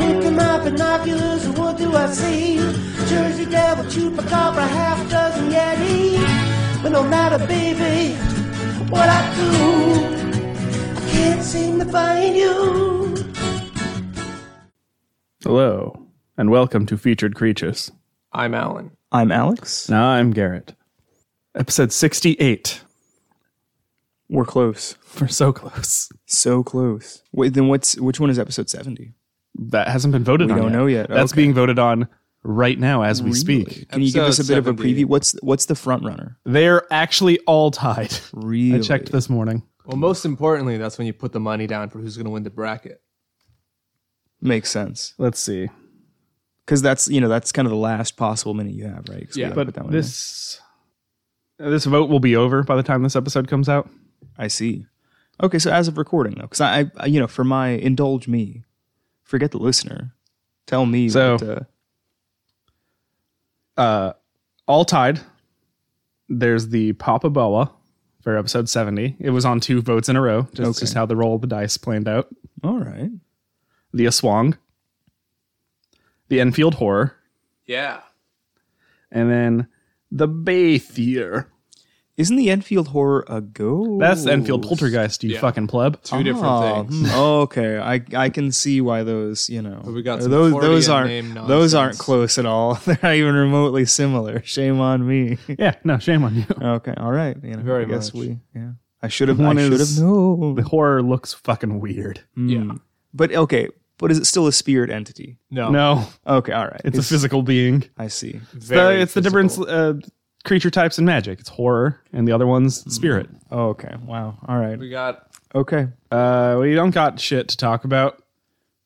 got binoculars, and what do I see? Jersey Devil, Chupacabra, half dozen Yeti. But no matter, baby, what I do, I can't seem to find you. Hello, and welcome to Featured Creatures. I'm Alan. I'm Alex. Now I'm Garrett. Episode 68. We're close. We're so close. So close. Wait, then what's which one is episode 70? That hasn't been voted We on. don't know yet. That's Okay. being voted on right now as we speak. Can you give us a Episode bit of a 70. preview? What's what's the front runner? They're actually all tied. Really? I checked this morning. Well, most importantly, that's when you put the money down for who's going to win the bracket. Makes sense. Let's see. Cuz that's, you know, that's kind of the last possible minute you have, right? 'Cause we Yeah, gotta But put that one in. this this vote will be over by the time this episode comes out. I see. Okay, so as of recording though, cuz I, I you know, for my indulge me, forget the listener. Tell me So- what, uh, All tied. There's the Papa Boa for episode 70. It was on two votes in a row. Just, Okay. just how the roll of the dice planned out. All right. the Aswang, the Enfield Horror, Yeah. and then the Baythier. Isn't the Enfield horror a go? That's Enfield Poltergeist, you Yeah. fucking pleb. Two different things. hmm, okay, I I can see why those you know we got or some those Freudian those name aren't those aren't nonsense. close at all. They're not even remotely similar. Shame on me. Yeah, no, shame on you. okay, all right. You know, Very I guess much. we yeah. I should have One I should is- have The known. horror looks fucking weird. Yeah. But okay, but is it still a spirit entity? No. No, Okay, all right. it's, a physical being. I see. It's very the, it's the physical. difference uh, creature types in magic. It's horror, and the other one's Hmm. spirit. Okay. Wow. All right. We got Okay. Uh, we don't got shit to talk about.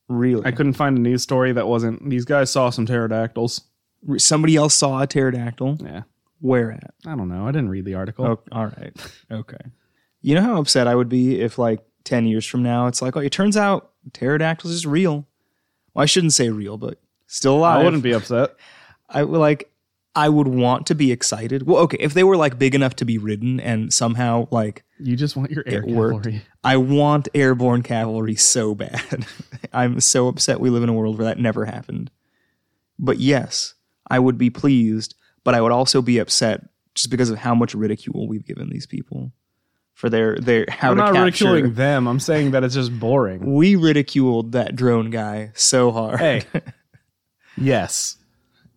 Really? I couldn't find a news story that wasn't these guys saw some pterodactyls. Re- Somebody else saw a pterodactyl. Yeah, Where at? I don't know. I didn't read the article. Oh, all right. Okay. You know how upset I would be if, like, 10 years from now, it's like, oh, it turns out pterodactyls is real. Well, I shouldn't say real, but still alive. I wouldn't be upset. I would, like, I would want to be excited. Well, okay, if they were, like, big enough to be ridden and somehow, like, You just want your air it worked, cavalry. I want airborne cavalry so bad. I'm so upset we live in a world where that never happened. But yes, I would be pleased, but I would also be upset just because of how much ridicule we've given these people for their their how I'm to not capture. ridiculing them. I'm saying that it's just boring. We ridiculed that drone guy so hard. Hey. yes.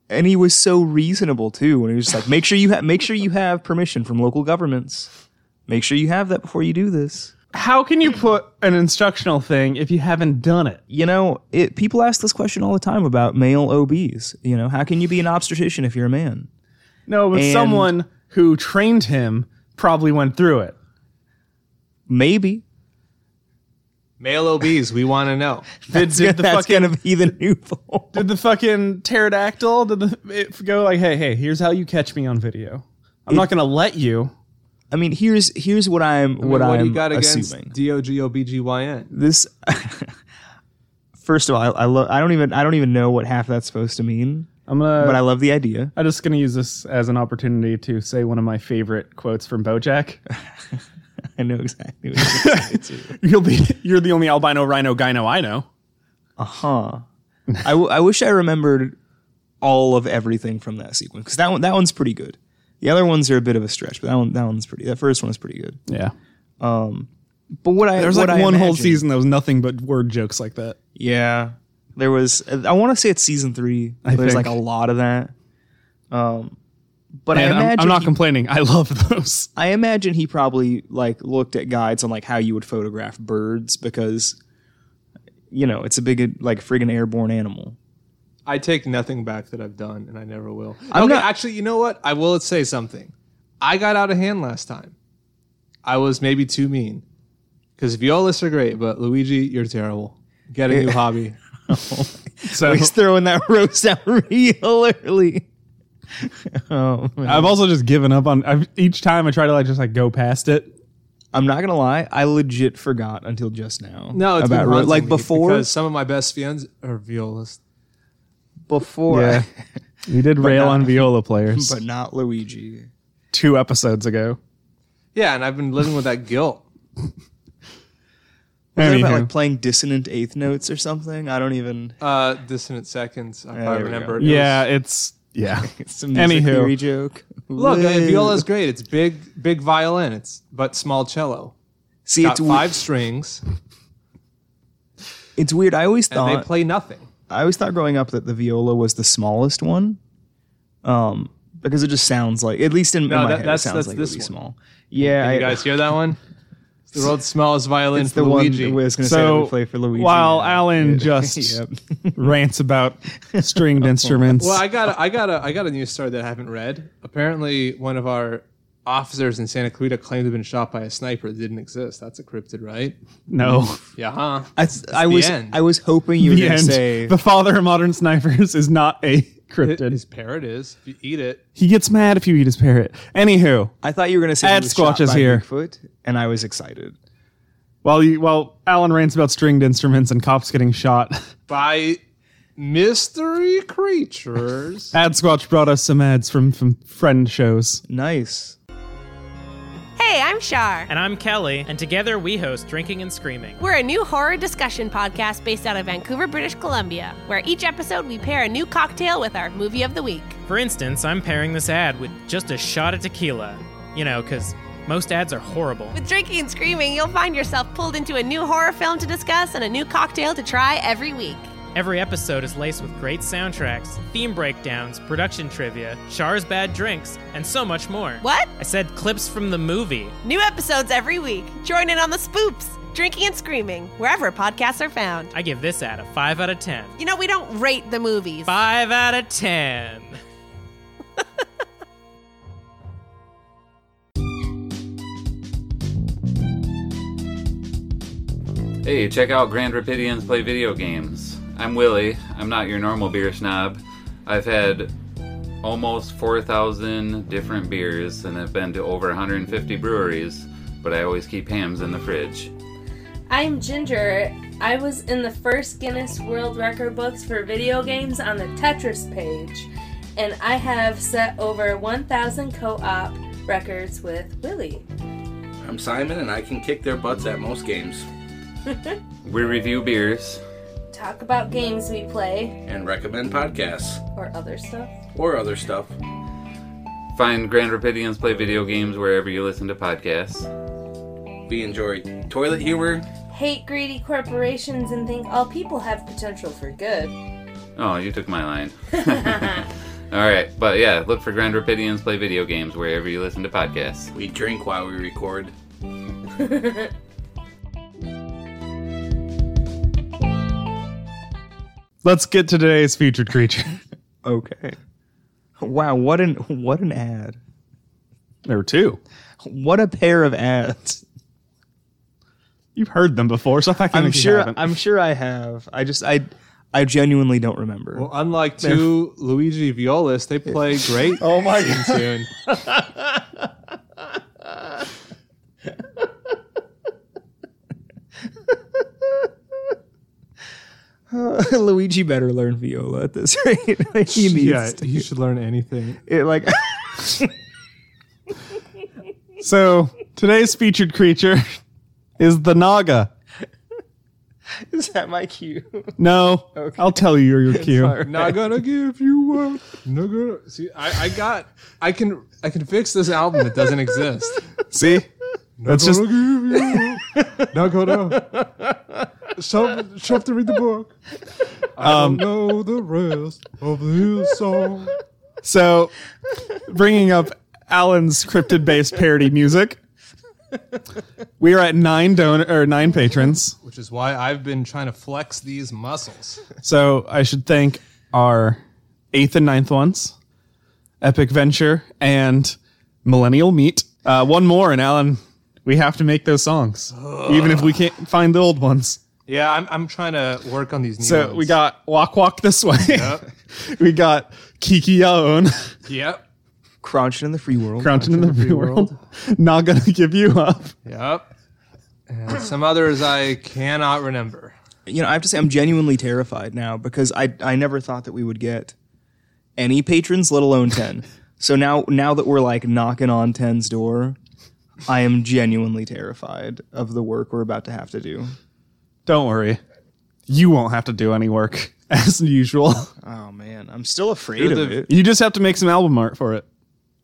And he was so reasonable too. And he was just like, make sure you have make sure you have permission from local governments. Make sure you have that before you do this. How can you put an instructional thing if you haven't done it? you know, it, people ask this question all the time about male OBs. You know, how can you be an obstetrician if you're a man? No, but And- someone who trained him probably went through it. Maybe. male OBs. We want to know. Did, did the That's fucking going to be the new poll. did the fucking pterodactyl did the it go like, hey, hey, here's how you catch me on video. I'm not gonna let you. I mean, here's here's what I'm what, what I'm do you got against assuming. D-O-G-O-B-G-Y-N? This First of all, I, I lo- I don't even I don't even know what half that's supposed to mean, I'm gonna. but But I love the idea. I'm just gonna use this as an opportunity to say one of my favorite quotes from BoJack. I know exactly what you're going to say. You'll be you're the only albino rhino gyno I know. Huh. I, w- I wish I remembered all of everything from that sequence because that one that one's pretty good. The other ones are a bit of a stretch, but that one that one's pretty. That first one is pretty good. Yeah. But what I There's what like I one whole imagined- season that was nothing but word jokes like that. Yeah, there was. I want to say it's season three. There's think. like a lot of that. Um, but I And I'm, imagine I'm not he, complaining. I love those. I imagine he probably like looked at guides on like how you would photograph birds because you know it's a big like friggin' airborne animal. I take nothing back that I've done, and I never will. I'm okay, not- actually, you know what? I will say something. I got out of hand last time. I was maybe too mean. Because Violas are great, but Luigi, you're terrible. Get a new hobby. So He's throwing that roast out real early. oh, man. I've also just given up on. I've, each time I try to like just like go past it. I'm not gonna lie. I legit forgot until just now. No, it's about been ro- haunting like me before. because some of my best fans are Violas. before, Yeah. We did rail not- on viola players but not Luigi. two episodes ago. Yeah, and I've been living with that guilt. What about Anywho. like playing dissonant eighth notes or something? I don't even. Uh, dissonant seconds. I there we probably remember. go. It was- yeah, it's yeah. It's a music Anywho. theory joke. Look, uh, Woo. viola's great. It's big, big violin. It's but small cello. See, Got it's we- five strings, and It's weird. I always thought they play nothing. I always thought growing up that the viola was the smallest one, um, because it just sounds like at least in, in No, my that- head that's- it sounds that's like this it would be one. small. Yeah, You I, guys hear that one? It's the world's smallest violin it's for the Luigi. one I was going to say that So we play for Luigi. while Yeah. Alan just Yep. rants about stringed instruments, Well, I got a, I got a, I got a news story that I haven't read. Apparently, one of our officers in Santa Clarita claimed to have been shot by a sniper that didn't exist. That's a cryptid, right? no, Yeah, huh? I, I was end. I was hoping you were the going to end. say The father of modern snipers is not a cryptid. His parrot is. If you eat it, he gets mad if you eat his parrot. Anywho, I thought you were going to say Ad he was shot Squatch is by here. Bigfoot, and I was excited. while you while Alan rants about stringed instruments and cops getting shot, by mystery creatures. Ad Squatch brought us some ads from from friend shows. Nice. Hey, I'm Shar. And I'm Kelly, and together we host Drinking and Screaming. We're a new horror discussion podcast based out of Vancouver, British Columbia, where each episode we pair a new cocktail with our movie of the week. For instance, I'm pairing this ad with just a shot of tequila. You know, because most ads are horrible. With drinking and screaming, you'll find yourself pulled into a new horror film to discuss and a new cocktail to try every week. Every episode is laced with great soundtracks, theme breakdowns, production trivia, Char's bad drinks, and so much more. What? I said clips from the movie. New episodes every week. Join in on the spoops, drinking and screaming, wherever podcasts are found. I give this ad a 5 out of 10. You know, we don't rate the movies. 5 out of 10. Hey, check out Grand Rapidians Play Video Games. I'm Willie. I'm not your normal beer snob. I've had almost 4,000 different beers and have been to over 150 breweries, but I always keep hams in the fridge. I'm Ginger. I was in the first Guinness World Record books for video games on the Tetris page, and I have set over 1,000 co op records with Willie. I'm Simon, and I can kick their butts at most games We review beers. Talk about games we play and recommend podcasts or other stuff. or other stuff. Find Grand Rapidians Play Video Games wherever you listen to podcasts. We enjoy toilet humor. Hate greedy corporations and think all people have potential for good. Oh, you took my line. Alright, but yeah, look for Grand Rapidians Play Video Games wherever you listen to podcasts. We drink while we record. Let's get to today's featured creature. Okay. Wow. What an what an ad. there were two. What a pair of ads. You've heard them before, so I can I'm sure. I'm sure I have. I just I I genuinely don't remember. Well, unlike two Luigi violists, they play great. oh my god! Tune. Luigi better learn viola at this rate. Like, he needs Yeah, to. you should learn anything. It, like So today's featured creature is the Naga. is that my cue? No, I'll tell you your cue. Not gonna give you up. Not gonna see. I, I got. I can. I can fix this album that doesn't exist. See, that's just Now go down. Some have to read the book. I don't know the rest of this song. so. Bringing up Alan's cryptid-based parody music. We are at nine donor or nine patrons. Which is why I've been trying to flex these muscles. So I should thank our eighth and ninth ones, Epic Venture and Millennial Meat. Uh, one more, and Alan, we have to make those songs, even if we can't find the old ones. Yeah, I'm, I'm trying to work on these. New So ones. we got Walk Walk This Way. we got Kiki Yaon, Yep. Crouching in the free world. Crouching in the Free World. Not Gonna Give You Up. Yep. And some others I cannot remember. you know, I have to say I'm genuinely terrified now because I I never thought that we would get any patrons, let alone ten. so now now that we're like knocking on ten's door, I am genuinely terrified of the work we're about to have to do. Don't worry. You won't have to do any work as usual. Oh man, I'm still afraid of it. You just have to make some album art for it.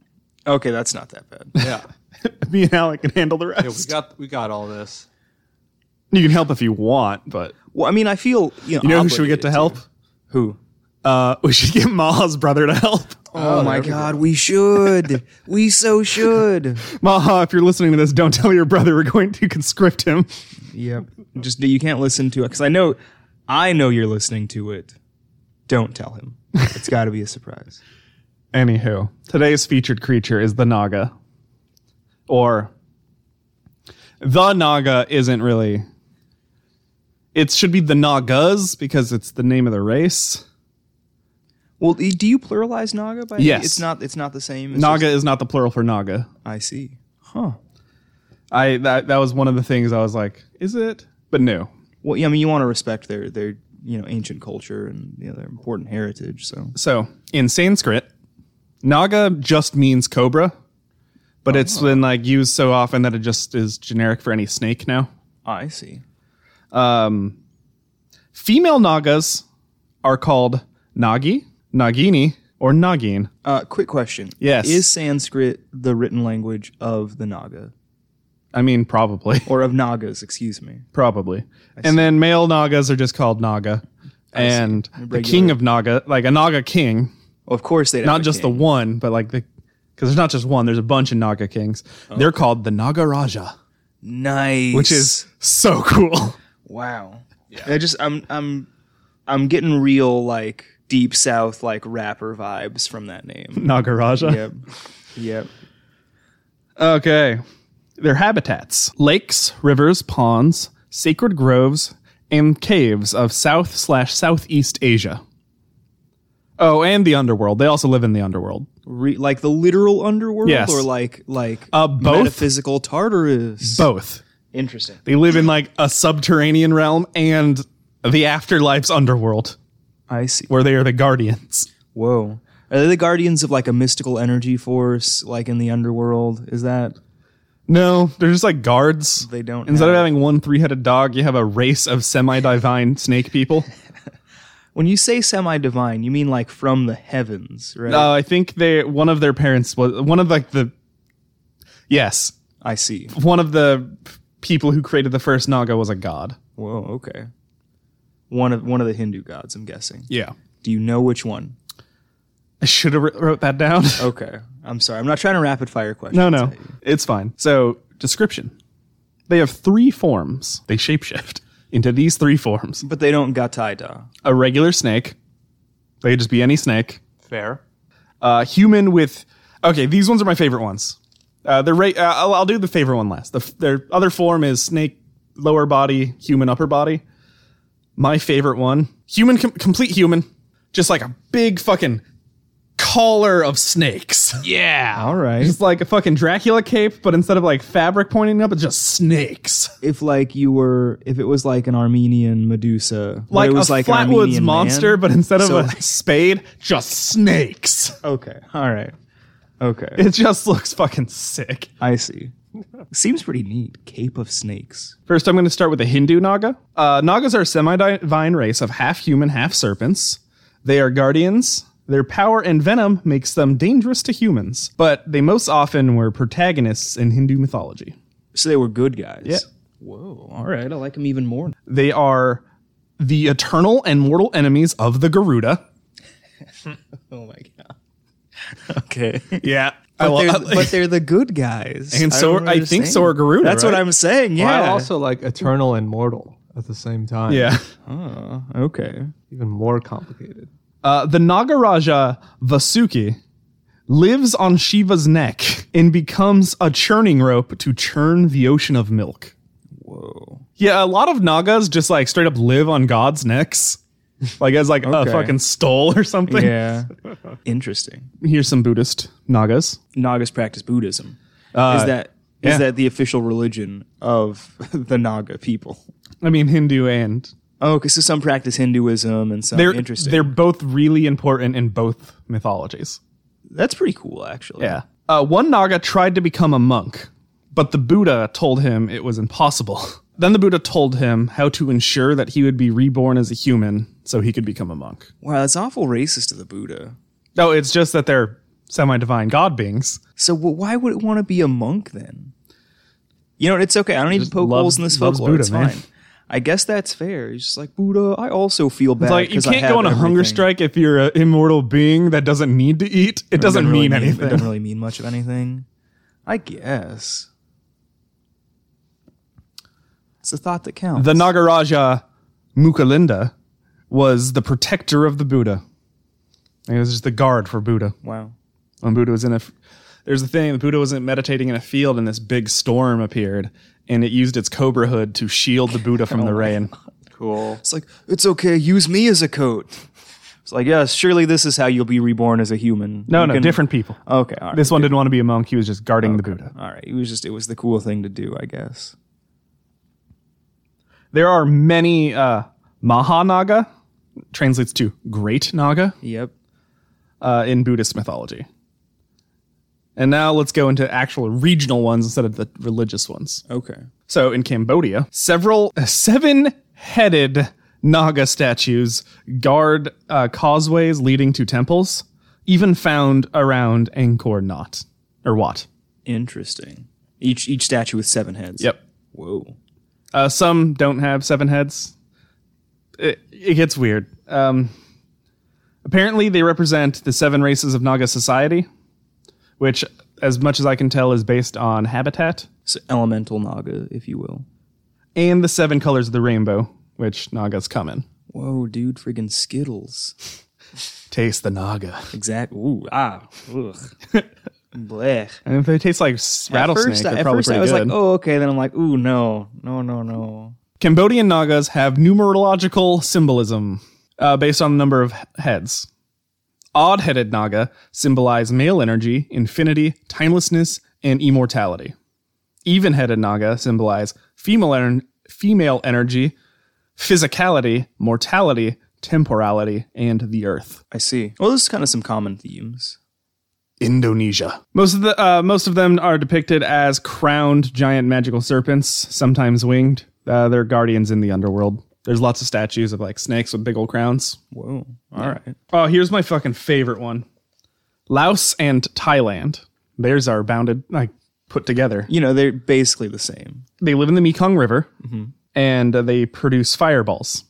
Okay, that's not that bad. Yeah. Me and Alec can handle the rest. yeah we got we got all this. you can help if you want, but Well, I mean, I feel you know. you know who should we get to obligated help? Who? Uh, we should get Maha's brother to help. Oh, my god, we should. we so should. Maha, if you're listening to this, don't tell your brother we're going to conscript him. Yep. Just you can't listen to it because I know, I know you're listening to it. Don't tell him. It's got to be a surprise. Anywho, today's featured creature is the Naga. Or the Naga isn't really. It should be the Nagas because it's the name of the race. Well, e- do you pluralize Naga? By Yes. It's not. It's not the same. It's Naga just- is not the plural for Naga. I see. Huh. I that that was one of the things I was like, is it? But no. Well, yeah, I mean, you want to respect their their you know ancient culture and you know, their important heritage. So So in Sanskrit, Naga just means cobra, but it's been like used so often that it just is generic for any snake now. I see. Female Nagas are called Nagi, Nagini, or Nagin. Uh, quick question. Yes. Is Sanskrit the written language of the Naga I mean, probably, or of Nagas? Excuse me. probably. And then male Nagas are just called Naga. And the Regular. king of Naga, like a Naga king, Well, of course they not just the one, but like the, because there's not just one, there's a bunch of Naga kings. They're called the Naga Raja, nice, which is so cool. wow. I just I'm I'm I'm getting real like deep south like rapper vibes from that name. Naga Raja. yep, yep. Okay. Their habitats lakes, rivers, ponds, sacred groves, and caves of South slash Southeast Asia. Oh, and the underworld. They also live in the underworld. Re- like the literal underworld, Yes. or like like Uh, both. metaphysical Tartarus. Both. Interesting. They live in like a subterranean realm and the afterlife's underworld, I see. where they are the guardians. Whoa. Are they the guardians of like a mystical energy force, like in the underworld? Is that No, they're just like guards. They don't Instead of have- having one three headed dog, you have a race of semi divine snake people. when you say semi-divine? You mean like from the heavens, right? Uh, I think they one of their parents was one of like the yes I see. one of the people who created the first Naga was a god. Whoa. Okay. One of one of the Hindu gods, I'm guessing. Yeah, Do you know which one? I should have wr- wrote that down. Okay. I'm sorry. I'm not trying to rapid fire questions. no, no, at you. it's fine. So description: they have three forms. They shapeshift into these three forms: But they don't gataida. a regular snake. They could just be any snake. Fair. uh, human with okay these ones are my favorite ones uh, they're ra- uh, I'll, I'll do the favorite one last the, f- their other form is snake lower body human upper body my favorite one human com- complete human just like a big fucking collar of snakes Yeah. All right. it's like a fucking dracula cape but instead of like fabric pointing up it's just snakes if like you were, if it was like an Armenian Medusa, but like it was a like an flatwoods Armenian monster man. but instead of So, a spade just snakes okay. All right. Okay. it just looks fucking sick I see. Seems pretty neat. Cape of snakes. First, I'm going to start with the Hindu Naga. Uh, Nagas are a semi divine race of half human, half serpents. They are guardians. Their power and venom makes them dangerous to humans, but they most often were protagonists in Hindu mythology. So they were good guys. Yeah. Whoa. All right. I like them even more. They are the eternal and mortal enemies of the Garuda. Oh my god. Okay. Yeah. I But, love they're, but they're the good guys. And so don't are- I think understand. so are Garuda, That's what right? I'm saying. Yeah. Yeah. also like eternal and mortal at the same time. Yeah. okay. Even more complicated. Uh, the Nagaraja Vasuki lives on Shiva's neck and becomes a churning rope to churn the ocean of milk. Whoa. Yeah, a lot of Nagas just like straight up live on God's necks. Like as like a Okay. fucking stole or something. Yeah. Interesting. Here's some Buddhist Nagas. Nagas practice Buddhism. is that is Uh, yeah. that the official religion of the Naga people? I mean Hindu and Oh, okay. So some practice Hinduism and some they're interesting. they're both really important in both mythologies. That's pretty cool, actually. Uh, one Naga tried to become a monk, but the Buddha told him it was impossible. Then the Buddha told him how to ensure that he would be reborn as a human so he could become a monk. Wow, that's awful racist of the Buddha. No, it's just that they're semi divine god beings. So wh- why would it want to be a monk then? You know, it's okay. I don't need Just to poke loves- holes in this loves folklore. Buddha, it's man. fine. I guess that's fair. He's just like Buddha. I also feel bad. It's like you 'cause I can't have go on a hunger everything. strike if you're an immortal being that doesn't need to eat. It doesn't really mean anything. It doesn't really mean much of anything. I guess. It's the thought that counts. the Nagaraja Mukalinda was the protector of the Buddha. He was just the guard for Buddha. wow. when Buddha was in a. There's a thing. The Buddha was meditating in a field, and this big storm appeared, and it used its cobra hood to shield the Buddha Oh from the rain. Cool. It's like it's okay. Use me as a coat. It's like yes, surely this is how you'll be reborn as a human. No, You no, can- different people. Okay, all right. Uh, This one didn't want to be a monk. He was just guarding the Buddha. all right. It was just it was the cool thing to do, I guess. There are many uh, Mahanaga, translates to Great Naga, Yep. uh, in Buddhist mythology. And now let's go into actual regional ones instead of the religious ones. Okay. So in Cambodia, several seven headed Naga statues guard uh, causeways leading to temples, even found around Angkor Not or Wat. Interesting. Each each statue with seven heads. Whoa. Uh, some don't have seven heads. It, it gets weird. Um, apparently, they represent the seven races of Naga society, which, as much as I can tell, is based on habitat, So elemental naga, if you will. and the seven colors of the rainbow, which Nagas come in. Whoa, dude, friggin' Skittles. Taste the Naga. Exact. Ooh, ah, ugh. Blech. And if they taste like s- rattlesnake, at first, they're I, at probably first I pretty was good. like, oh, okay. Then I'm like, ooh, no, no, no, no. Cambodian Nagas have numerological symbolism uh, based on the number of he- heads. Odd-headed Naga symbolize male energy, infinity, timelessness, and immortality. Even-headed Naga symbolize female en- female energy, physicality, mortality, temporality, and the earth. I see. Well, there's kind of some common themes. Indonesia. Most of the uh, most of them are depicted as crowned giant magical serpents, sometimes winged. Uh, they're guardians in the underworld. There's lots of statues of like snakes with big old crowns. Whoa. All right. Oh, here's my fucking favorite one: Laos and Thailand. Theirs are bounded like put together. You know, they're basically the same. They live in the Mekong River, Mm-hmm. and uh, they produce fireballs.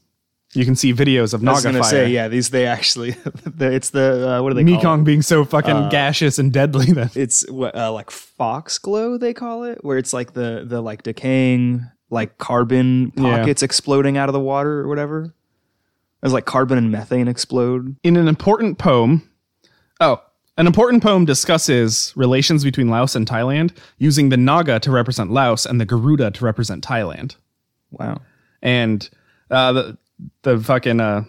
You can see videos of I Naga was gonna fire. say, yeah, these they actually. the- it's the uh, what do they call Mekong it? being so fucking Uh, gaseous and deadly that It's what uh, like foxglow they call it, where it's like the the like decaying like carbon Yeah. pockets exploding out of the water or whatever. It's like carbon and methane explode. in an important poem. Oh, an important poem discusses relations between Laos and Thailand, using the Naga to represent Laos and the Garuda to represent Thailand. Wow. And uh, the the fucking uh,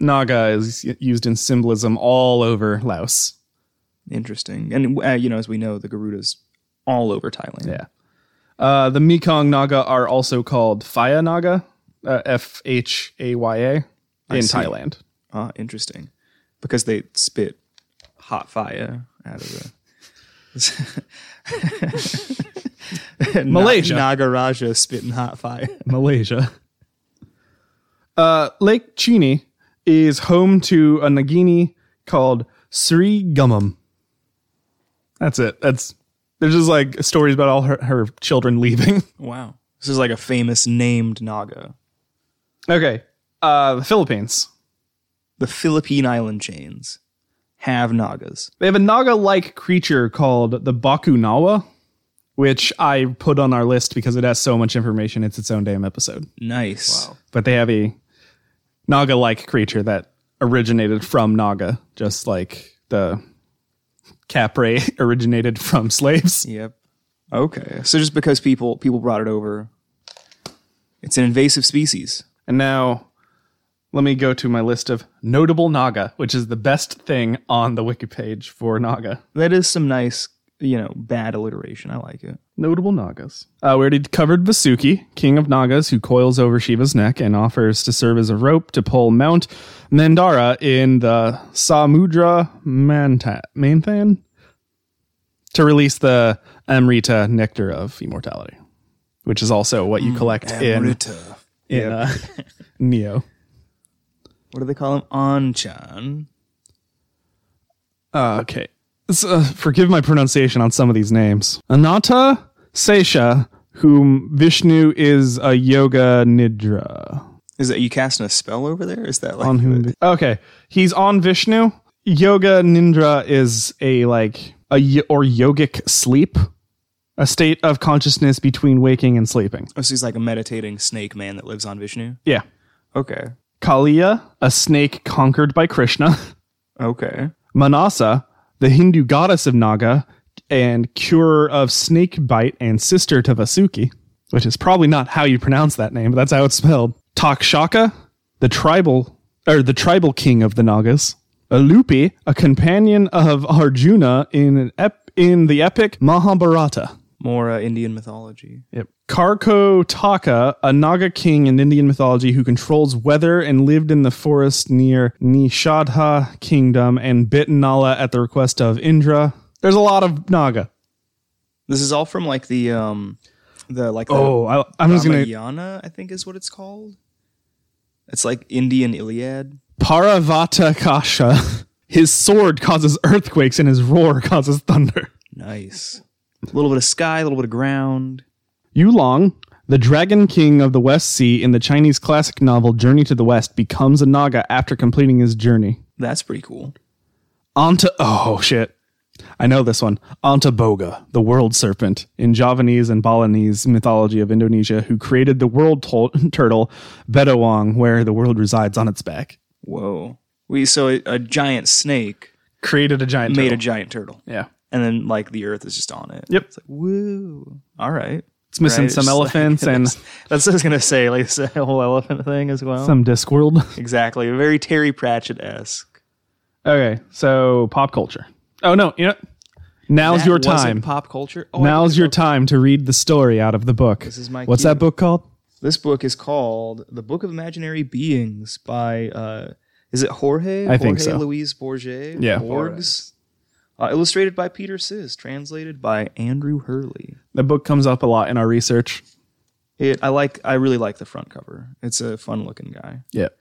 Naga is y- used in symbolism all over Laos. Interesting. And uh, you know, as we know, the Garuda's all over Thailand. Yeah. Uh, the Mekong Naga are also called Phaya Naga, uh, F H A Y A, in see. Thailand. Ah, interesting. Because they spit hot fire out of the Malaysia. Na- Nagaraja spitting hot fire. Malaysia. Uh, Lake Chini is home to a Nagini called Sri Gummum. That's it. That's there's just like stories about all her, her children leaving. Wow. This is like a famous named Naga. okay. Uh, the Philippines. The Philippine island chains have Nagas. They have a Naga like creature called the Bakunawa, which I put on our list because it has so much information. It's its own damn episode. Nice. But they have a Naga like creature that originated from Naga, just like the Capre originated from slaves. Yep. Okay. So just because people people brought it over, it's an invasive species. And now let me go to my list of notable Naga, which is the best thing on the wiki page for Naga. That is some nice, you know, bad alliteration. I like it. Notable Nagas. Uh, we already covered Vasuki, king of Nagas, who coils over Shiva's neck and offers to serve as a rope to pull Mount Mandara in the Samudra Manta- Manthan to release the Amrita nectar of immortality, which is also what you collect in in uh, Neo. What do they call him? Anchan. Uh, okay. So, uh, forgive my pronunciation on some of these names. Ananta Sesha, whom Vishnu is a yoga nidra. Is that you casting a spell over there? Is that like On whom? Okay. He's on Vishnu. Yoga nidra is a like a y- or yogic sleep, a state of consciousness between waking and sleeping. Oh, so he's like a meditating snake man that lives on Vishnu. Yeah. Okay. Kaliya, a snake conquered by Krishna. Okay. Manasa, the Hindu goddess of Naga and curer of snake bite and sister to Vasuki, which is probably not how you pronounce that name, but that's how it's spelled. Takshaka, the tribal or the tribal king of the Nagas. Alupi, a companion of Arjuna in an ep- in the epic Mahabharata. More uh, Indian mythology. Yep. Karko Taka, a Naga king in Indian mythology who controls weather and lived in the forest near Nishadha kingdom and bit Nala at the request of Indra. There's a lot of Naga. This is all from like the um, the like the Oh, I, I'm just going to. Ramayana, I think is what it's called. It's like Indian Iliad. Paravata Kasha. His sword causes earthquakes and his roar causes thunder. Nice. A little bit of sky, a little bit of ground. Yulong, the dragon king of the West Sea in the Chinese classic novel Journey to the West, becomes a Naga after completing his journey. That's pretty cool. Anta oh shit. I know this one. Anta Boga, the world serpent in Javanese and Balinese mythology of Indonesia, who created the world tol- turtle Bedawang, where the world resides on its back. Whoa. We so a, a giant snake Created a giant made a turtle. giant turtle, yeah. and then like the earth is just on it. Yep. It's like woo. All right. It's missing Right, some just like- elephants and That's what I was gonna say. Like the whole elephant thing as well. some Discworld. Exactly. Very Terry Pratchett esque. okay, so pop culture. Oh no, you know now's your time. Pop culture. Oh, I Now's looked it your up. time to read the story out of the book. This is my What's cue. that book called? This book is called The Book of Imaginary Beings by uh is it Jorge? I think Jorge so. Luis Borges. Yeah. Borges. Uh, illustrated by Peter Sis, translated by Andrew Hurley. The book comes up a lot in our research. It I like I really like the front cover. It's a fun looking guy. Yep.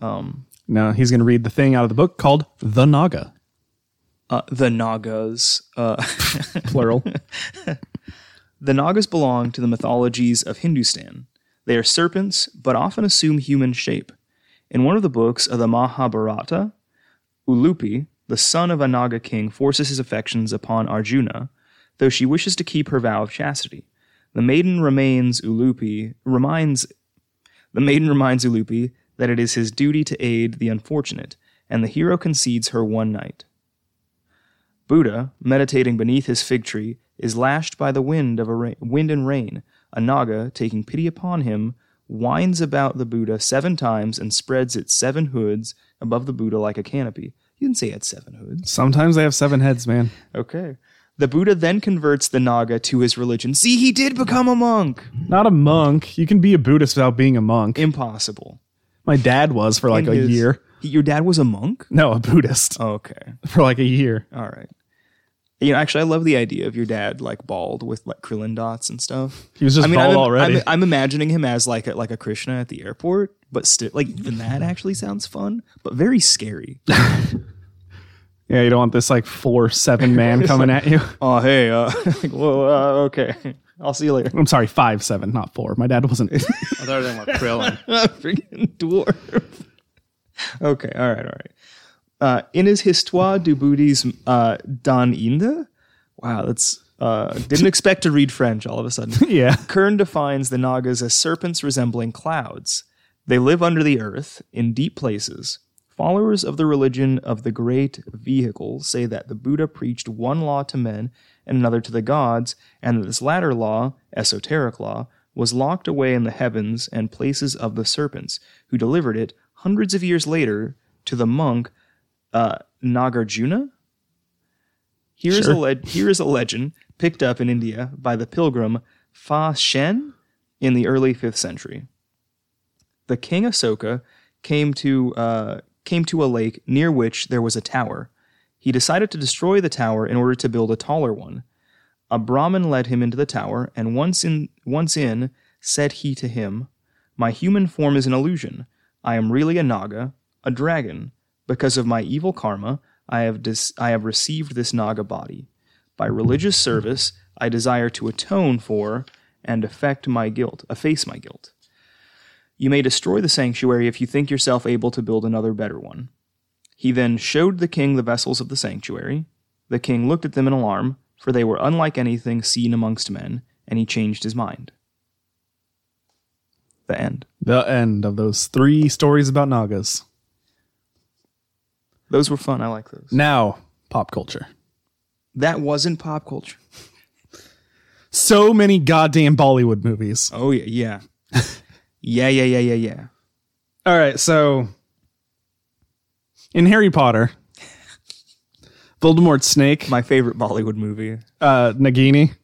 Um, now he's going to read the thing out of the book called The Naga, Uh, the Nagas. Uh plural. The Nagas belong to the mythologies of Hindustan. They are serpents, but often assume human shape. In one of the books of the Mahabharata, Ulupi, the son of a Naga king, forces his affections upon Arjuna, though she wishes to keep her vow of chastity. The maiden remains Ulupi reminds the maiden reminds Ulupi that it is his duty to aid the unfortunate, and the hero concedes her one night. Buddha, meditating beneath his fig tree, is lashed by the wind of a ra- wind and rain. A naga, taking pity upon him, winds about the Buddha seven times and spreads its seven hoods above the Buddha like a canopy. You didn't say it had seven hoods. Sometimes they have seven heads, man. Okay. The Buddha then converts the naga to his religion. See, he did become a monk. Not a monk. You can be a Buddhist without being a monk. Impossible. My dad was for like In a his- Oh. year. He- your dad was a monk. No, a Buddhist Okay. for like a year. All right. You know, actually, I love the idea of your dad like bald with like Krillin dots and stuff. He was just I mean, bald I'm, already. I'm, I'm imagining him as like a, like a Krishna at the airport, but still, like even that actually sounds fun, but very scary. Yeah, you don't want this like four, seven man coming at you. oh, hey, uh, like, whoa, uh, okay, I'll see you later. I'm sorry, five, seven, not four. My dad wasn't. I thought I was Krillin. Freaking dwarf. okay, all right, all right. Uh, in his Histoire du Bouddhisme uh, dans Inde, wow, that's uh, didn't expect to read French all of a sudden. yeah. Kern defines the Nagas as serpents resembling clouds. They live under the earth in deep places. Followers of the religion of the great vehicle say that the Buddha preached one law to men and another to the gods, and that this latter law, esoteric law, was locked away in the heavens and places of the serpents, who delivered it hundreds of years later to the monk uh, Nagarjuna. Here is a leg here is a legend picked up in India by the pilgrim Fa Shen in the early 5th century. The king Asoka came to uh, came to a lake near which there was a tower. He decided to destroy the tower in order to build a taller one. A Brahmin led him into the tower, and once in, once in, said he to him, My human form is an illusion. I am really a Naga, a dragon. Because of my evil karma, I have dis- I have received this Naga body. By religious service, I desire to atone for and effect my guilt, efface my guilt. You may destroy the sanctuary if you think yourself able to build another better one. He then showed the king the vessels of the sanctuary. The king looked at them in alarm, for they were unlike anything seen amongst men, and he changed his mind. The end. The end of those three stories about Nagas. Those were fun. I like those. Now, pop culture. That wasn't pop culture. So many goddamn Bollywood movies. Oh yeah, yeah, yeah, yeah, yeah, yeah, yeah. All right, so in Harry Potter, Voldemort's snake, My favorite Bollywood movie. uh, Nagini.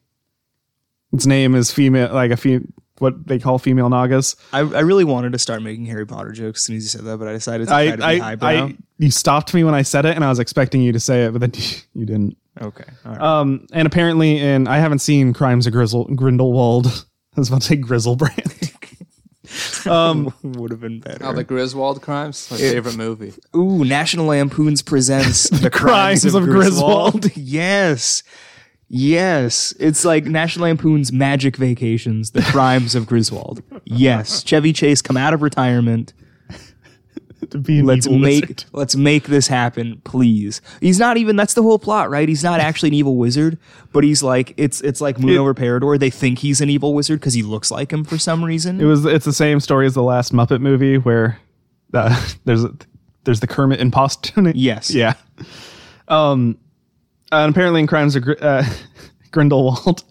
Its name is female, like a fe- what they call female Nagas. I, I really wanted to start making Harry Potter jokes as soon as you said that, but I decided to try I, to be I, highbrow. I, you stopped me when I said it, and I was expecting you to say it, but then you didn't. okay, all right. Um, and apparently, in I haven't seen Crimes of Grizzle, Grindelwald. I was about to say Grizzlebrand. um, would have been better. Oh, the Griswold Crimes, my favorite movie. Ooh, National Lampoon's presents The Crimes Crimes of, of Griswold. yes. Yes. It's like National Lampoon's Magic Vacations, The Crimes of Griswold. Yes. Chevy Chase come out of retirement. to be an Let's evil make wizard. let's make this happen, please. He's not even that's the whole plot, right? He's not actually an evil wizard, but he's like it's it's like Moon over Parador. They think he's an evil wizard because he looks like him for some reason. It was. It's the same story as the last Muppet movie where uh, there's a, there's the Kermit imposter. Yes. Yeah. Um, and apparently in Crimes of Gr- uh, Grindelwald,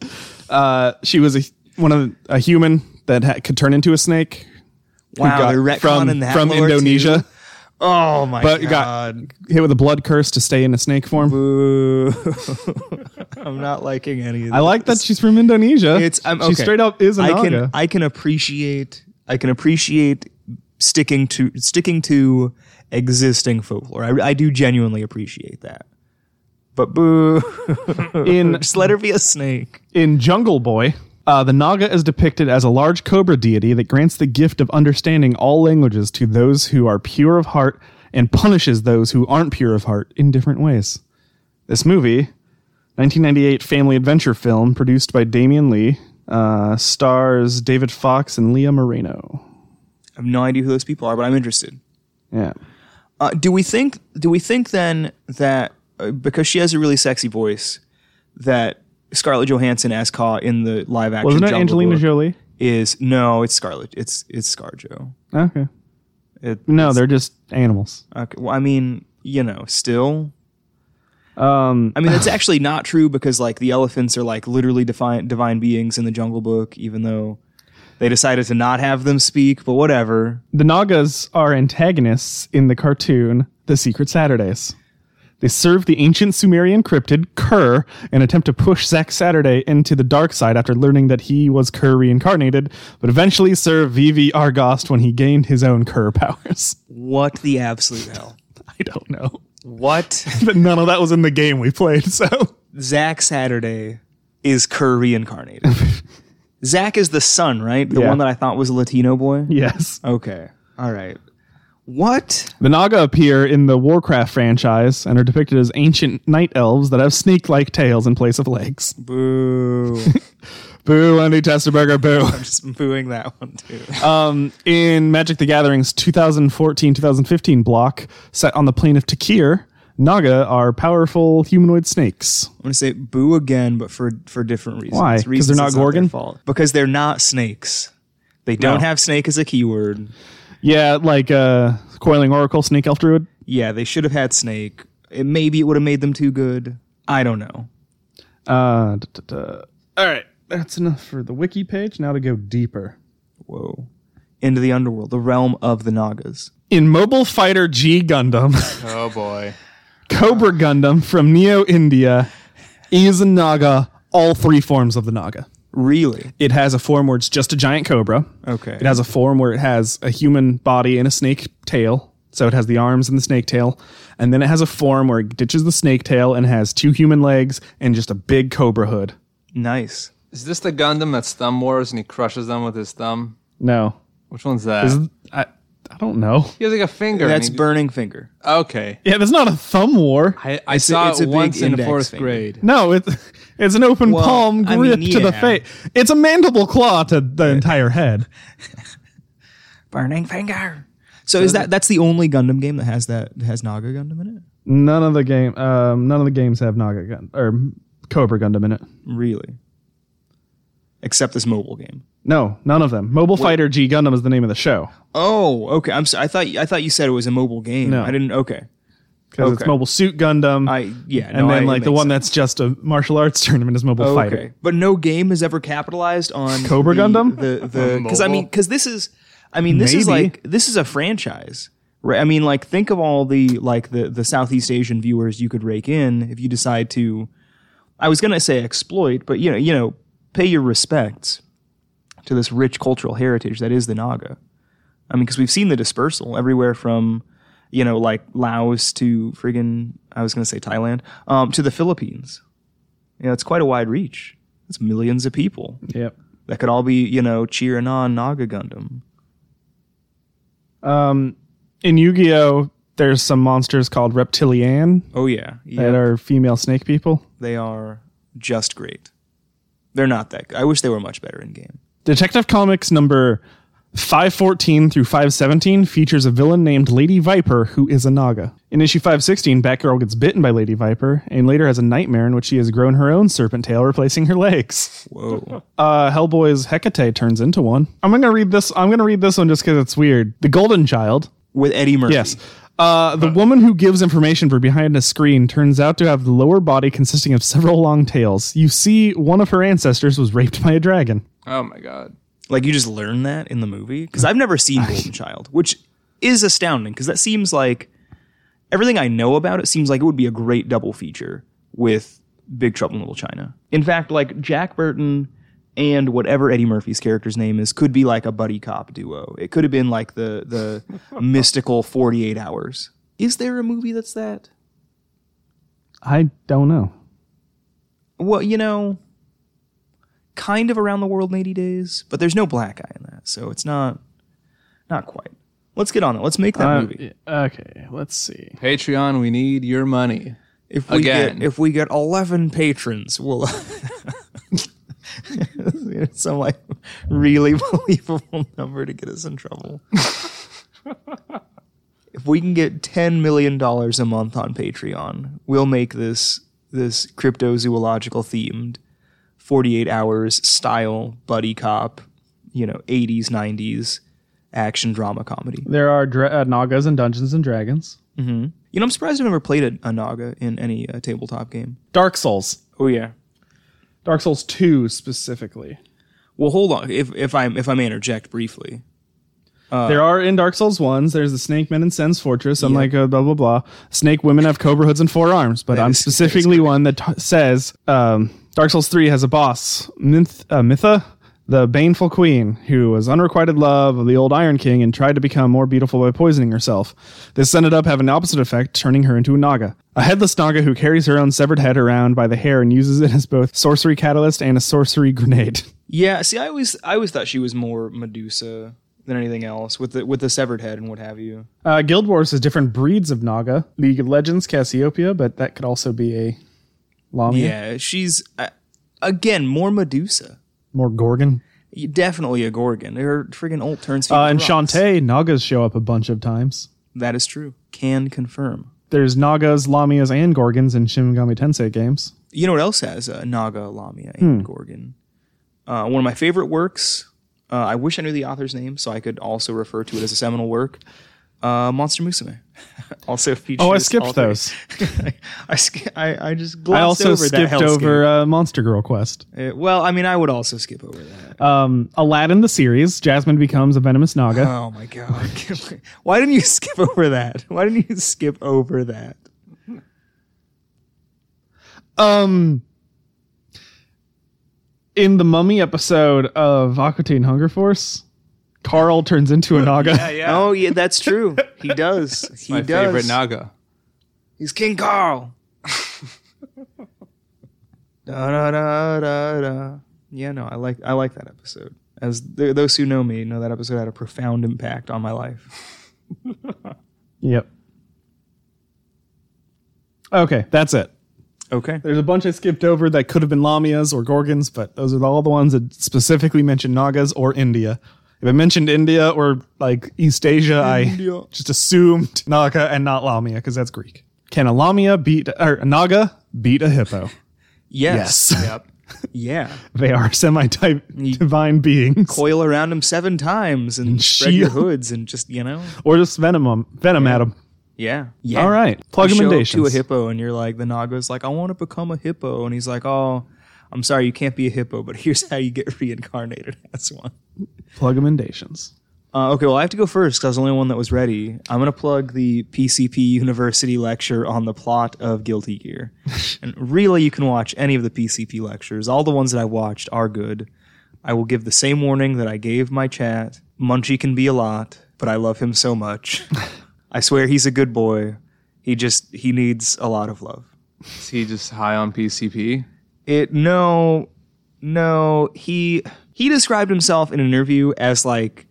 uh, she was a one of the- a human that ha- could turn into a snake. who wow, got- they're retconning from that from lore, too. Indonesia, Oh my but god. got hit with a blood curse to stay in a snake form. Boo. I'm not liking any of this. I like that she's from Indonesia. It's I'm, okay. she straight up is a I Naga. can I can appreciate I can appreciate sticking to sticking to existing folklore. I, I do genuinely appreciate that. But boo. in Just let her be a snake. in Jungle Boy. Uh, the Naga is depicted as a large cobra deity that grants the gift of understanding all languages to those who are pure of heart and punishes those who aren't pure of heart in different ways. This movie, 1998 family adventure film produced by Damian Lee, uh, stars David Fox and Leah Moreno. I have no idea who those people are, but I'm interested. Yeah. Uh, do we think? Do we think then that uh, because she has a really sexy voice, that Scarlett Johansson as Ka in the live action Wasn't it Jungle Angelina Book Jolie? is no, it's Scarlett. It's it's ScarJo. Ah, Okay. It, No, they're just animals. Okay, well, I mean, you know, still. Um, I mean, that's actually not true because like the elephants are like literally divine divine beings in the Jungle Book, even though they decided to not have them speak. But whatever. The Nagas are antagonists in the cartoon The Secret Saturdays. They serve the ancient Sumerian cryptid Kerr and attempt to push Zack Saturday into the dark side after learning that he was Kerr reincarnated, but eventually serve V.V. Argost when he gained his own Kerr powers. What the absolute hell? I don't know. What But none of that was in the game we played, so. Zack Saturday is Kerr reincarnated? Zack is the son, right? The Yeah. one that I thought was a Latino boy. Yes. Okay. All right. What? The Naga appear in the Warcraft franchise and are depicted as ancient night elves that have snake like tails in place of legs. Boo! Boo, Andy Testerberger, boo. Just booing that one too. um, in Magic the Gathering's 2014 2015 block, set on the plane of Takir, Naga are powerful humanoid snakes. I'm gonna say boo again, but for for different reasons. Why? 'Cause Reasons they're not it's their Gorgon? fault. Because they're not snakes. They don't No. have snake as a keyword. Yeah, like uh, Coiling Oracle, Snake Elf Druid. Yeah, they should have had snake. It, maybe it would have made them too good. I don't know. Uh, duh, duh, duh. All right, that's enough for the wiki page. Now to go deeper. Whoa. Into the underworld, the realm of the Nagas. In Mobile Fighter G Gundam, Oh boy. Cobra Gundam from Neo India is a Naga, all three forms of the Naga. Really? It has a form where it's just a giant cobra. Okay. It has a form where it has a human body and a snake tail. So it has the arms and the snake tail. And then it has a form where it ditches the snake tail and has two human legs and just a big cobra hood. Nice. Is this the Gundam that's thumb wars and he crushes them with his thumb? No. Which one's that? Is, I, I don't know. he has like a finger. That's and he- Burning Finger. okay. Yeah, that's not a thumb war. I, I It's a- saw it's a it big once in index fourth finger. grade. No, it's it's an open Well, palm I grip mean, to the yeah. face. It's a mandible claw to the entire head. Burning Finger. So is that that's the only Gundam game that has that that has Naga Gundam in it? None of the game, um, none of the games have Naga Gun or Cobra Gundam in it. Really? Except this mobile game. No, none of them. Mobile Fighter G Gundam is the name of the show Oh, okay. I'm so, I thought I thought you said it was a mobile game. No. I didn't. Okay. because it's Okay. Mobile Suit Gundam. I yeah. and no, I- then it like the makes one sense. Oh, that's just a martial arts tournament is Mobile Fighter. But no game has ever capitalized on Cobra the- Gundam? The the because I mean mobile? because this is I mean this is Maybe. like this is a franchise. Right? I mean like think of all the like the the Southeast Asian viewers you could rake in if you decide to. I was gonna say exploit, but you know you know pay your respects to this rich cultural heritage that is the Naga. I mean because we've seen the dispersal everywhere from you know like Laos to friggin' I was gonna say Thailand um, to the Philippines. You know, it's quite a wide reach. It's millions of people Yep. that could all be, you know, cheering on Naga Gundam. In Yu Gi Oh, there's some monsters called Reptilian Oh yeah, yeah, that are female snake people. they are just great. They're not that. Good. I wish they were much better in game. Detective Comics number 514 through 517 features a villain named Lady Viper who is a Naga. In issue 516, Batgirl gets bitten by Lady Viper and later has a nightmare in which she has grown her own serpent tail, replacing her legs. Whoa, Uh, Hellboy's Hecate turns into one. I'm gonna read this. I'm gonna read this one just because it's weird. The Golden Child, with Eddie Murphy. Yes. Uh, the woman who gives information from behind a screen turns out to have the lower body consisting of several long tails. You see, one of her ancestors was raped by a dragon. Oh my god. like you just learn that in the movie because I've never seen Golden Child, which is astounding because that seems like everything I know about it seems like it would be a great double feature with Big Trouble in Little China. In fact, like Jack Burton and whatever Eddie Murphy's character's name is could be like a buddy cop duo. It could have been like the the mystical 48 hours. Is there a movie that's that? I don't know. Well, you know, kind of around the world in 80 days, but there's no black eye in that, so it's not not quite. Let's get on it. Let's make that Uh, movie. okay, let's see. Patreon, we need your money. If we again. get if we get 11 patrons, we'll some like really believable number to get us in trouble. if we can get 10 million dollars a month on Patreon, we'll make this this cryptozoological themed 48 hours style buddy cop, you know, 80s 90s action drama comedy. There are dra- uh, Nagas and Dungeons and Dragons. You know, I'm surprised I've never played a, a Naga in any uh, tabletop game. Dark Souls. Oh yeah. Dark Souls 2 specifically. Well, hold on. If if I if I may interject briefly, Uh, there are in Dark Souls 1s, there's the Snake Men and Sen's Fortress. I'm like, uh, blah, blah, blah. Snake women have cobra hoods and four arms, but I'm is- that is specifically one that t- says um, Dark Souls 3 has a boss, Minth- uh, Mytha, the Baneful Queen, who was unrequited love of the old Iron King and tried to become more beautiful by poisoning herself. This ended up having an opposite effect, turning her into a Naga. A headless Naga who carries her own severed head around by the hair and uses it as both sorcery catalyst and a sorcery grenade. yeah. See, I always I always thought she was more Medusa than anything else with the with the severed head and what have you. Uh, Guild Wars is different breeds of Naga. League of Legends, Cassiopeia, but that could also be a Lamia. Yeah, she's uh, again more Medusa. More Gorgon. Definitely a Gorgon. Her friggin' ult turns. people Uh, and to rocks. Shantae, Nagas show up a bunch of times. That is true. Can confirm. There's Nagas, Lamias, and Gorgons in Shin Megami Tensei games. You know what else has uh, Naga, Lamia, and Gorgon? Uh, one of my favorite works. Uh, I wish I knew the author's name so I could also refer to it as a seminal work. Uh, Monster Musume. also features. Oh, I skipped all three- those. I, sk- I I just I glossed also over that skipped over uh, Monster Girl Quest. hellscape. Uh, well, I mean, I would also skip over that. Um, Aladdin, the series. Jasmine becomes a venomous Naga. Oh my god! Why didn't you skip over that? Why didn't you skip over that? Um, in the Mummy episode of Aquatine Hunger Force, Carl turns into a Naga. Oh yeah, that's true. He does. he My does. favorite Naga. He's King Carl. Da, da, da, da, da. Yeah, no, I like I like that episode. As th- those who know me know, that episode had a profound impact on my life. Yep. Okay, that's it. Okay, There's a bunch I skipped over that could have been Lamias or Gorgons, but those are all the ones that specifically mention Nagas or India. If I mentioned India or like East Asia, India. I just assumed Naga and not Lamia because that's Greek. Can a Lamia beat or a Naga beat a hippo? yes, Yep. yeah. they are semi divine beings. Coil around him seven times and spread your hoods and just you know, or just venom 'em- venom at 'em. yeah, yeah. All right. Plug You show up to a emendations. hippo and you're like, the Naga's like, I want to become a hippo, and he's like, oh. I'm sorry, you can't be a hippo, but here's how you get reincarnated as one. Plug emendations. Uh, okay, well, I have to go first because I was the only one that was ready. I'm going to plug the PCP University lecture on the plot of Guilty Gear. and really, you can watch any of the PCP lectures. All the ones that I watched are good. I will give the same warning that I gave my chat. Munchie can be a lot, but I love him so much. I swear he's a good boy. He just, he needs a lot of love. Is he just high on PCP? It, no, no, he, he described himself in an interview as like,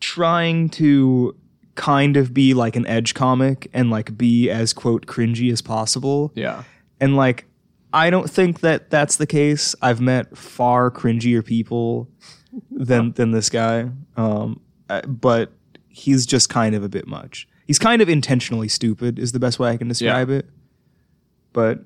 trying to kind of be like an edge comic and like be as quote cringy as possible. Yeah. And like, I don't think that that's the case. I've met far cringier people than than this guy. Um, uh, but he's just kind of a bit much. He's kind of intentionally stupid is the best way I can describe it. But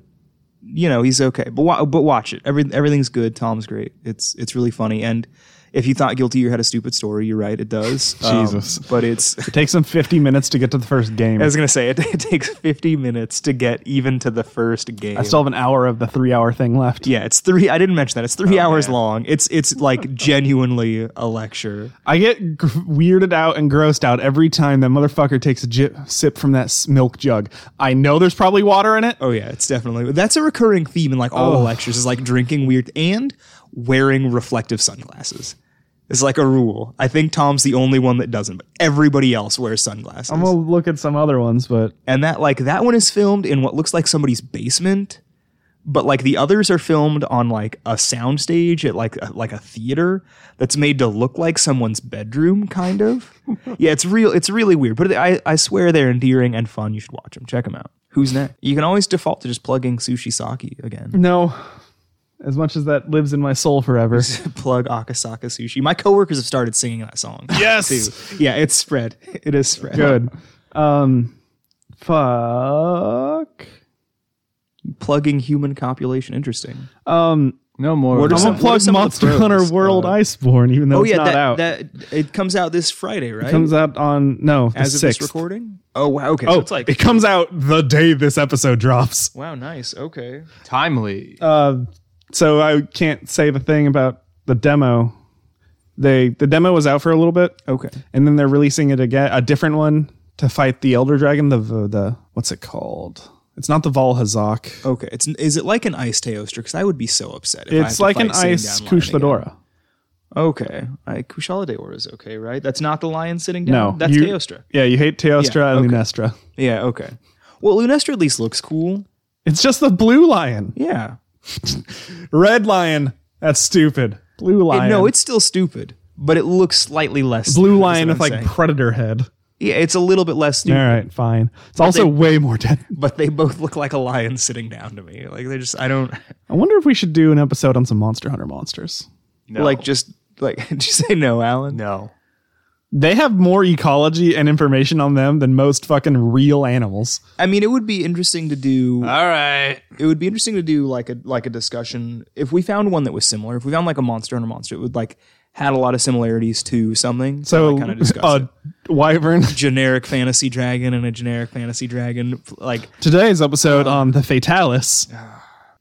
you know he's okay. But wa- but watch it. Every everything's good. Tom's great. It's it's really funny. And if you thought Guilty Gear had a stupid story, you're right. It does. Um, Jesus. but it's It takes them 50 minutes to get to the first game. I was gonna say it, it takes 50 minutes to get even to the first game. I still have an hour of the three hour thing left. yeah, it's three. I didn't mention that. It's three hours long. It's it's like genuinely a lecture. I get gr- weirded out and grossed out every time that motherfucker takes a ji- sip from that s- milk jug. I know there's probably water in it. Oh yeah, it's definitely that's a recurring theme in like all the lectures is like drinking weird and wearing reflective sunglasses. It's like a rule. I think Tom's the only one that doesn't, but everybody else wears sunglasses. I'm gonna look at some other ones, but and that like that one is filmed in what looks like somebody's basement but like the others are filmed on like a soundstage at like a, like a theater that's made to look like someone's bedroom kind of yeah it's real it's really weird but I, I swear they're endearing and fun you should watch them check them out who's next you can always default to just plugging sushi saki again no. As much as that lives in my soul forever. plug akasaka sushi my coworkers have started singing that song yes yeah it's spread it is spread Good. Um, fuck. plugging human copulation interesting Um, No more. What of are I'm some- gonna that. what are plug some of the Monster pros? Hunter World Uh, Iceborne, even though Oh it's yeah, not that, out. that it comes out this Friday, right? it comes out on no the as of sixth. this recording. Oh wow, okay. so Oh, it's like it comes out the day this episode drops. wow, nice. Okay, Timely. Uh, so I can't say the thing about the demo. They the demo was out for a little bit, okay. and then they're releasing it again, a different one to fight the elder dragon. The the, the what's it called? It's not the Valhazak. Okay, it's is it like an ice teostra? Because I would be so upset. If I had It's to like an fight sitting ice down lion again. Kushladora. Okay, I, Kushala Deora is okay, right? That's not the lion sitting down. No, that's you- Teostra. Yeah, you hate Teostra Yeah, and okay. Lunestra. Yeah, okay. Well, Lunestra at least looks cool. It's just the blue lion, Yeah, red lion. That's stupid. Blue It- lion. no, it's still stupid, but it looks slightly less stupid, blue is lion what with I'm like saying. predator head. yeah, it's a little bit less All stupid, right, fine. It's also they- way more dead. but they both look like a lion sitting down to me. Like they just, I don't. I wonder if we should do an episode on some Monster Hunter monsters. Like just like did you say no, Alan? No. They have more ecology and information on them than most fucking real animals. I mean it would be interesting to do All right. it would be interesting to do like a like a discussion if we found one that was similar, if we found like a monster and a monster, it would like had a lot of similarities to something. So, uh, kind of discuss it. a wyvern. generic fantasy dragon and a generic fantasy dragon like Today's episode Uh-huh. on the Fatalis.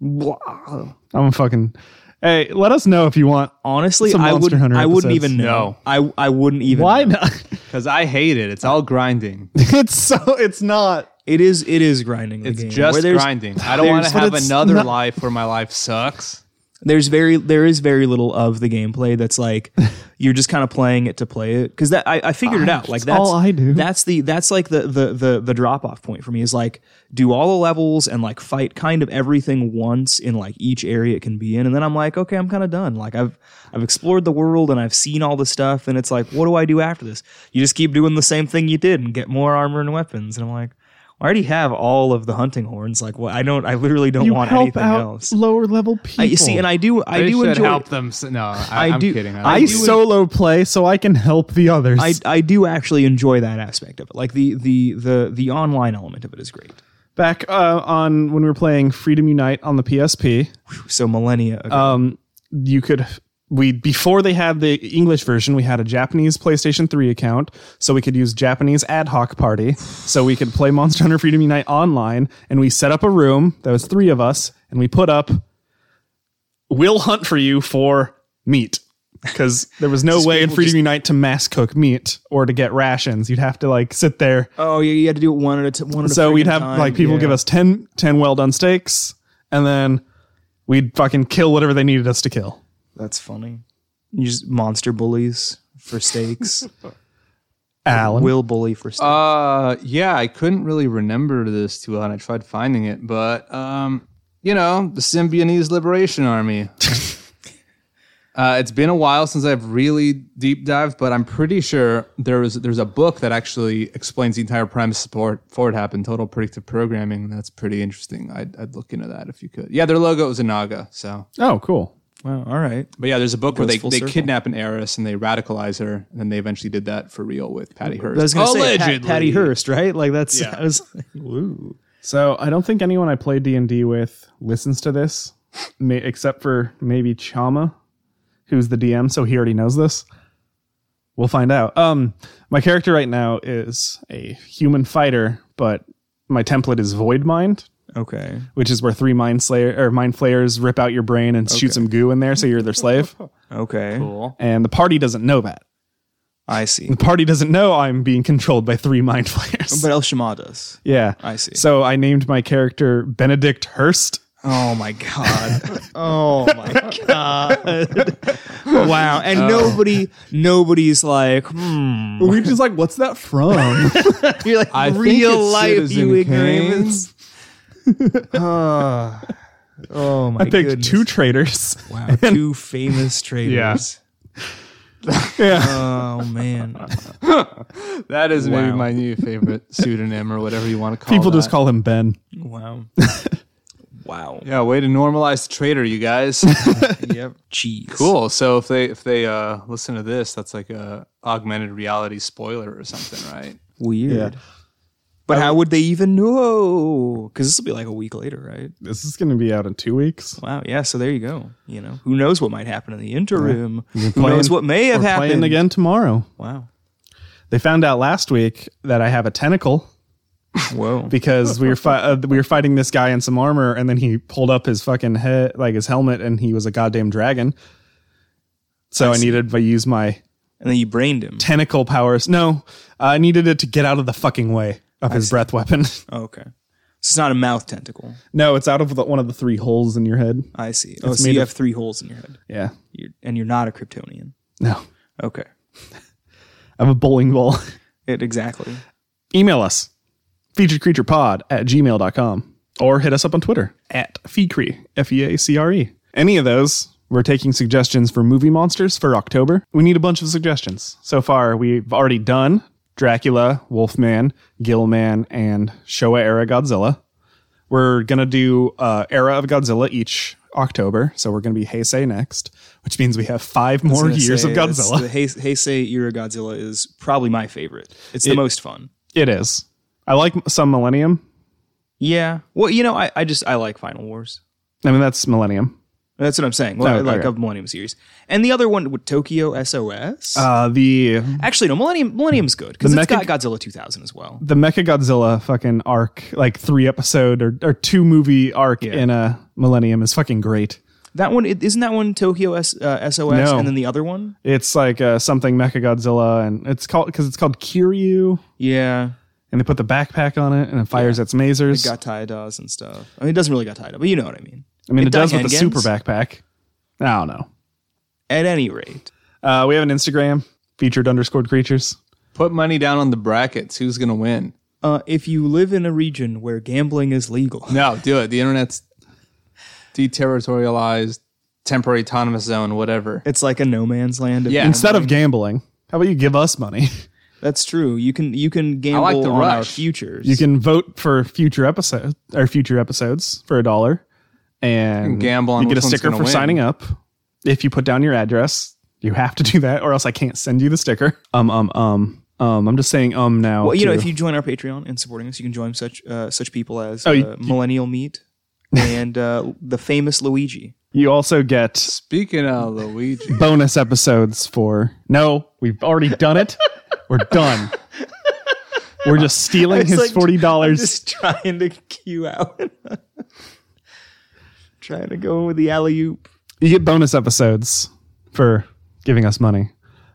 blah. I'm a fucking. Hey, let us know if you want. honestly Some I Monster would Hunter I wouldn't episodes. even know. I I wouldn't even Why know. not? Because I hate it. It's all grinding. It's so. It's not. It is it is grinding the It's game. just Where there's- grinding. I don't want to there's- but have it's another not- life where my life sucks. There's very there is very little of the gameplay that's like you're just kind of playing it to play it because that I, I figured it out like that's that's all I do. that's the that's like the the the the drop off point for me is like do all the levels and like fight kind of everything once in like each area it can be in and then I'm like okay I'm kind of done like I've I've explored the world and I've seen all the stuff and it's like what do I do after this you just keep doing the same thing you did and get more armor and weapons and I'm like I already have all of the hunting horns like what I don't I literally don't You want help anything out else lower level people. I, you see, and I do, I They do should enjoy. help them. s- No, I, I am do- kidding. I I, do- do- solo play so I can help the others. I, I do actually enjoy that aspect of it. Like the the the the online element of it is great. Back uh, on when we were playing Freedom Unite on the PSP, So millennia ago, Oh. you could we before they had the English version, we had a Japanese PlayStation 3 account, so we could use Japanese ad hoc party. So we could play Monster Hunter Freedom Unite online, and we set up a room that was three of us, and we put up We'll hunt for you for meat. Because there was no way in Freedom Unite to mass cook meat or to get rations. You'd have to like sit there oh yeah, you had to do it one at a t- one at a so we'd friggin' have time. like people Yeah. give us 10, 10 well done steaks and then we'd fucking kill whatever they needed us to kill That's funny. You just monster bullies for stakes. alan Will bully for stakes. Uh, yeah, I couldn't really remember this too well, and I tried finding it, but um, you know, the Symbionese Liberation Army. uh, it's been a while since I've really deep dived, but I'm pretty sure there was there's a book that actually explains the entire premise for for it happened, total predictive programming. and That's pretty interesting. I'd, I'd look into that if you could. Yeah, their logo is a naga, so oh cool wow, all right. but yeah, there's a book where Goes they, full they circle. kidnap an heiress and they radicalize her, and then they eventually did that for real with Patty Hearst. I was gonna say Pat, Allegedly. Patty Hearst, right? Like that's Yeah. I was like, woo. so i don't think anyone i play d&d with listens to this ma- except for maybe chama who's the dm so he already knows this we'll find out um my character right now is a human fighter but my template is void mind Okay, which is where three mind slayer or mind flayers rip out your brain and shoot some goo in there so you're their slave okay, and the party doesn't know that. I see. The party doesn't know I'm being controlled by three mind flayers. But El Shema does. yeah, I see. So I named my character Benedict Hurst. Oh my god. oh my god. wow. And nobody nobody's like, hmm. Uh. We just like, what's that from? You're like I think real it's life, Citizen you Kane. ignorance. oh, oh my I picked goodness. two traitors. wow, two famous traitors. Yeah, Oh man. That is maybe Wow. my new favorite pseudonym or whatever you want to call people just that. call him Ben. Wow. wow. Yeah, way to normalize the trader, you guys. Yep. Jeez. cool. So if they if they uh, listen to this, that's like a augmented reality spoiler or something, right? Weird. But how would they even know? Because this will be like a week later, right? This is going to be out in two weeks. Wow. Yeah. So there you go. You know, who knows what might happen in the interim? Who playing- knows what may have We're happened playing again tomorrow. Wow. They found out last week that I have a tentacle Whoa. because we were fi- uh, we were fighting this guy in some armor, and then he pulled up his fucking head, like his helmet, and he was a goddamn dragon. So I, needed to use my and then you brained him. tentacle powers. No, I needed it to get out of the fucking way of his breath weapon. Oh, okay. So it's not a mouth tentacle. no, it's out of the, one of the three holes in your head. I see. Oh, It's so made you of- have three holes in your head, Yeah, you're, and you're not a Kryptonian. no, Okay. I'm a bowling ball. It exactly. Email us featuredcreaturepod at gmail.com or hit us up on Twitter at E feacre, F-E-A-C-R-E. Any of those. We're taking suggestions for movie monsters for October. We need a bunch of suggestions. So far, we've already done Dracula, Wolfman, Gillman, and Showa era Godzilla. We're going to do uh, era of Godzilla each October. So we're going to be Heisei next, which means we have five more gonna years say, of that's- Godzilla. The Heis- Heisei era Godzilla is probably my favorite. It's the most fun. it is. I like some Millennium. Yeah. Well, you know, I, I just I like Final Wars. I mean, that's Millennium. That's what I'm saying. Well, Oh, I like okay. of Millennium series, and the other one with Tokyo SOS. Uh, the Actually, no, Millennium Millennium's good because The it's mecha- got Godzilla 2000 as well. the Mecha Godzilla fucking arc, like three episode or, or two movie arc in a Millennium is fucking great. That one it- isn't that one Tokyo S, uh, SOS, No. and then the other one. It's like uh, something Mecha Godzilla, and it's called because it's called Kiryu, Yeah, and they put the backpack on it, and it fires its masers. got tie dawes and stuff. I mean, it doesn't really got tied up, but you know what I mean. I mean, it, does does with the Hengens. super backpack. I don't know. At any rate, Uh, we have an Instagram featured underscored creatures. Put money down on the brackets. Who's gonna win? uh, if you live in a region where gambling is legal, No, do it. The internet's deterritorialized, temporary autonomous zone, whatever. it's like a no man's land. of- Yeah. Instead of gambling, how about you give us money? that's true. You can you can gamble like the on our rush. futures. You can vote for future episodes or future episodes for a dollar, and gamble on You get a which one's sticker gonna for win. signing up. If you put down your address, you have to do that, or else I can't send you the sticker. Um, um, um, um. I'm just saying um now. Well, you know, too. if you join our Patreon and supporting us, you can join such uh, such people as Oh, uh, you- you- Millennial Meat and uh, the famous Luigi. you also get Speaking of Luigi, bonus episodes for. No, we've already done it. We're done. We're just stealing It's his like- forty I'm dollars. just trying to cue out, trying to go with the alley oop. you get bonus episodes for giving us money.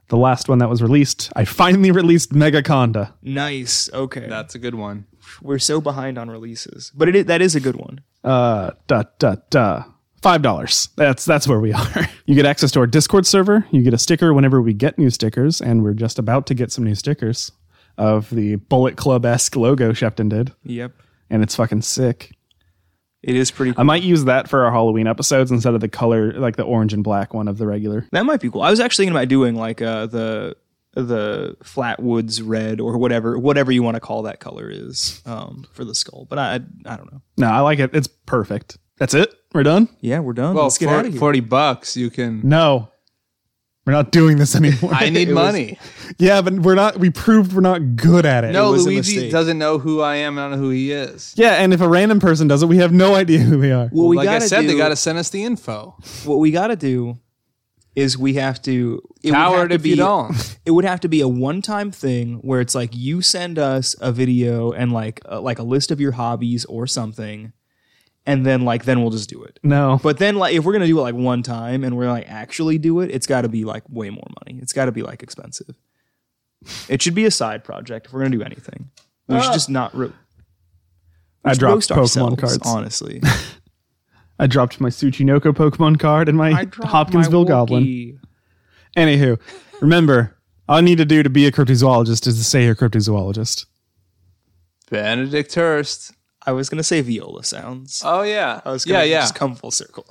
The last one that was released, I finally released Megaconda. Nice. Okay, that's a good one. we're so behind on releases, but it is, that is a good one. Uh, da da da. Five dollars. That's that's where we are. You get access to our Discord server. You get a sticker whenever we get new stickers, and we're just about to get some new stickers of the Bullet Club esque logo Shepton did, Yep, and it's fucking sick. it is pretty. I might use that for our Halloween episodes instead of the color, like the orange and black one of the regular. That might be cool. I was actually thinking about doing like uh, the the flatwoods red or whatever whatever you want to call that color is um, for the skull, but I I don't know. No, I like it. It's perfect. That's it. We're done. Yeah, we're done. Well, Let's get for- out of here. forty bucks, you can. No, we're not doing this anymore. I need It was- money. yeah, but we're not. We proved we're not good at it. No, was a Luigi mistake. doesn't know who I am. and I don't know who he is. Yeah, and if a random person does it, we have no idea who they are. Well, we like I gotta said, do, they got to send us the info. what we gotta do is we have to it would have Howard, to if be, you don't, It would have to be a one-time thing where it's like you send us a video and like uh, like a list of your hobbies or something, and then like then we'll just do it. No, But then like if we're gonna do it like one time and we're like actually do it, it's got to be like way more money. It's got to be like expensive. It should be a side project if we're gonna do anything. We should just not. Ro- Uh, I dropped roast ourselves, Pokemon cards. honestly. I dropped my Tsuchinoko Pokemon card and my Hopkinsville Goblin. Anywho, remember, all you need to do to be a cryptozoologist is to say you're a cryptozoologist. Benedict Hurst. I was gonna say viola sounds. Oh yeah, I was gonna yeah, yeah. just come full circle.